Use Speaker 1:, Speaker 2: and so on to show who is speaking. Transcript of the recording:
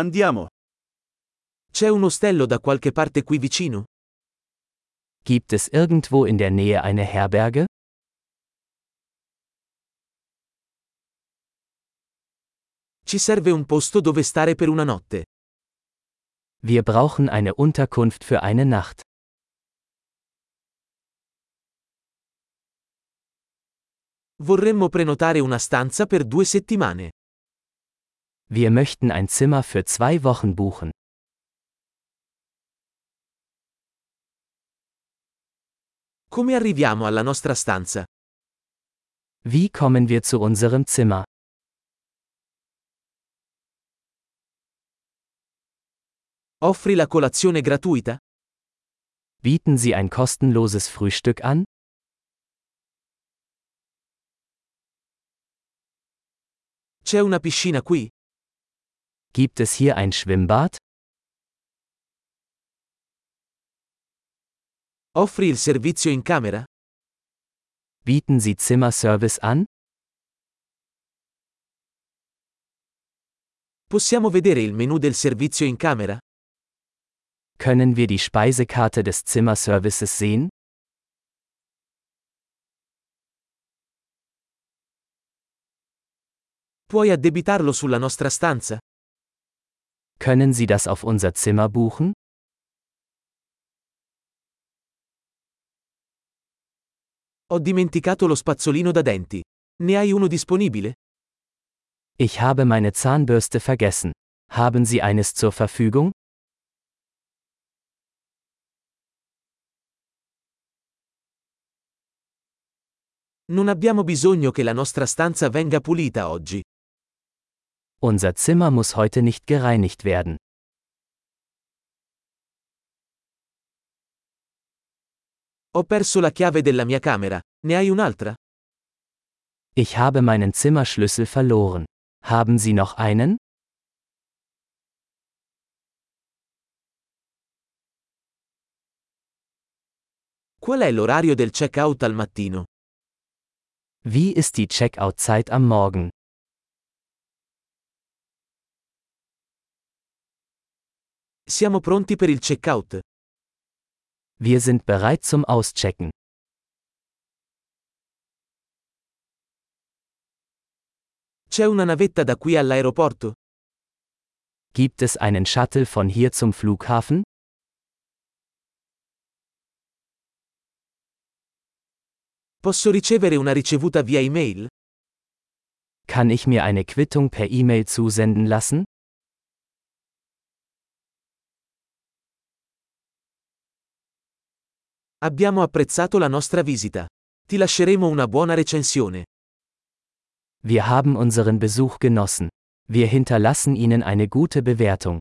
Speaker 1: Andiamo.
Speaker 2: C'è un ostello da qualche parte qui vicino?
Speaker 3: Gibt es irgendwo in der Nähe eine Herberge?
Speaker 2: Ci serve un posto dove stare per una notte.
Speaker 3: Wir brauchen eine Unterkunft für eine Nacht.
Speaker 2: Vorremmo prenotare una stanza per due settimane.
Speaker 3: Wir möchten ein Zimmer für zwei Wochen buchen.
Speaker 2: Come arriviamo alla nostra stanza?
Speaker 3: Wie kommen wir zu unserem Zimmer?
Speaker 2: Offri la colazione gratuita?
Speaker 3: Bieten Sie ein kostenloses Frühstück an?
Speaker 2: C'è una piscina qui?
Speaker 3: Gibt es hier ein Schwimmbad?
Speaker 2: Offri il servizio in camera?
Speaker 3: Bieten Sie Zimmerservice an?
Speaker 2: Possiamo vedere il menu del servizio in camera?
Speaker 3: Können wir die Speisekarte des Zimmerservices sehen?
Speaker 2: Puoi addebitarlo sulla nostra stanza?
Speaker 3: Können Sie das auf unser Zimmer buchen?
Speaker 2: Ho dimenticato lo spazzolino da denti. Ne hai uno disponibile?
Speaker 3: Ich habe meine Zahnbürste vergessen. Haben Sie eines zur Verfügung?
Speaker 2: Non abbiamo bisogno che la nostra stanza venga pulita oggi.
Speaker 3: Unser Zimmer muss heute nicht gereinigt werden.
Speaker 2: Ho perso la chiave della mia camera. Ne hai un'altra?
Speaker 3: Ich habe meinen Zimmerschlüssel verloren. Haben Sie noch einen?
Speaker 2: Qual è l'orario del check-out al mattino?
Speaker 3: Wie ist die Checkout-Zeit am Morgen?
Speaker 2: Siamo pronti per il check-out.
Speaker 3: Wir sind bereit zum Auschecken.
Speaker 2: C'è una navetta da qui all'aeroporto?
Speaker 3: Gibt es einen Shuttle von hier zum Flughafen?
Speaker 2: Posso ricevere una ricevuta via email?
Speaker 3: Kann ich mir eine Quittung per E-Mail zusenden lassen?
Speaker 2: Abbiamo apprezzato la nostra visita. Ti lasceremo una buona recensione.
Speaker 3: Wir haben unseren Besuch genossen. Wir hinterlassen Ihnen eine gute Bewertung.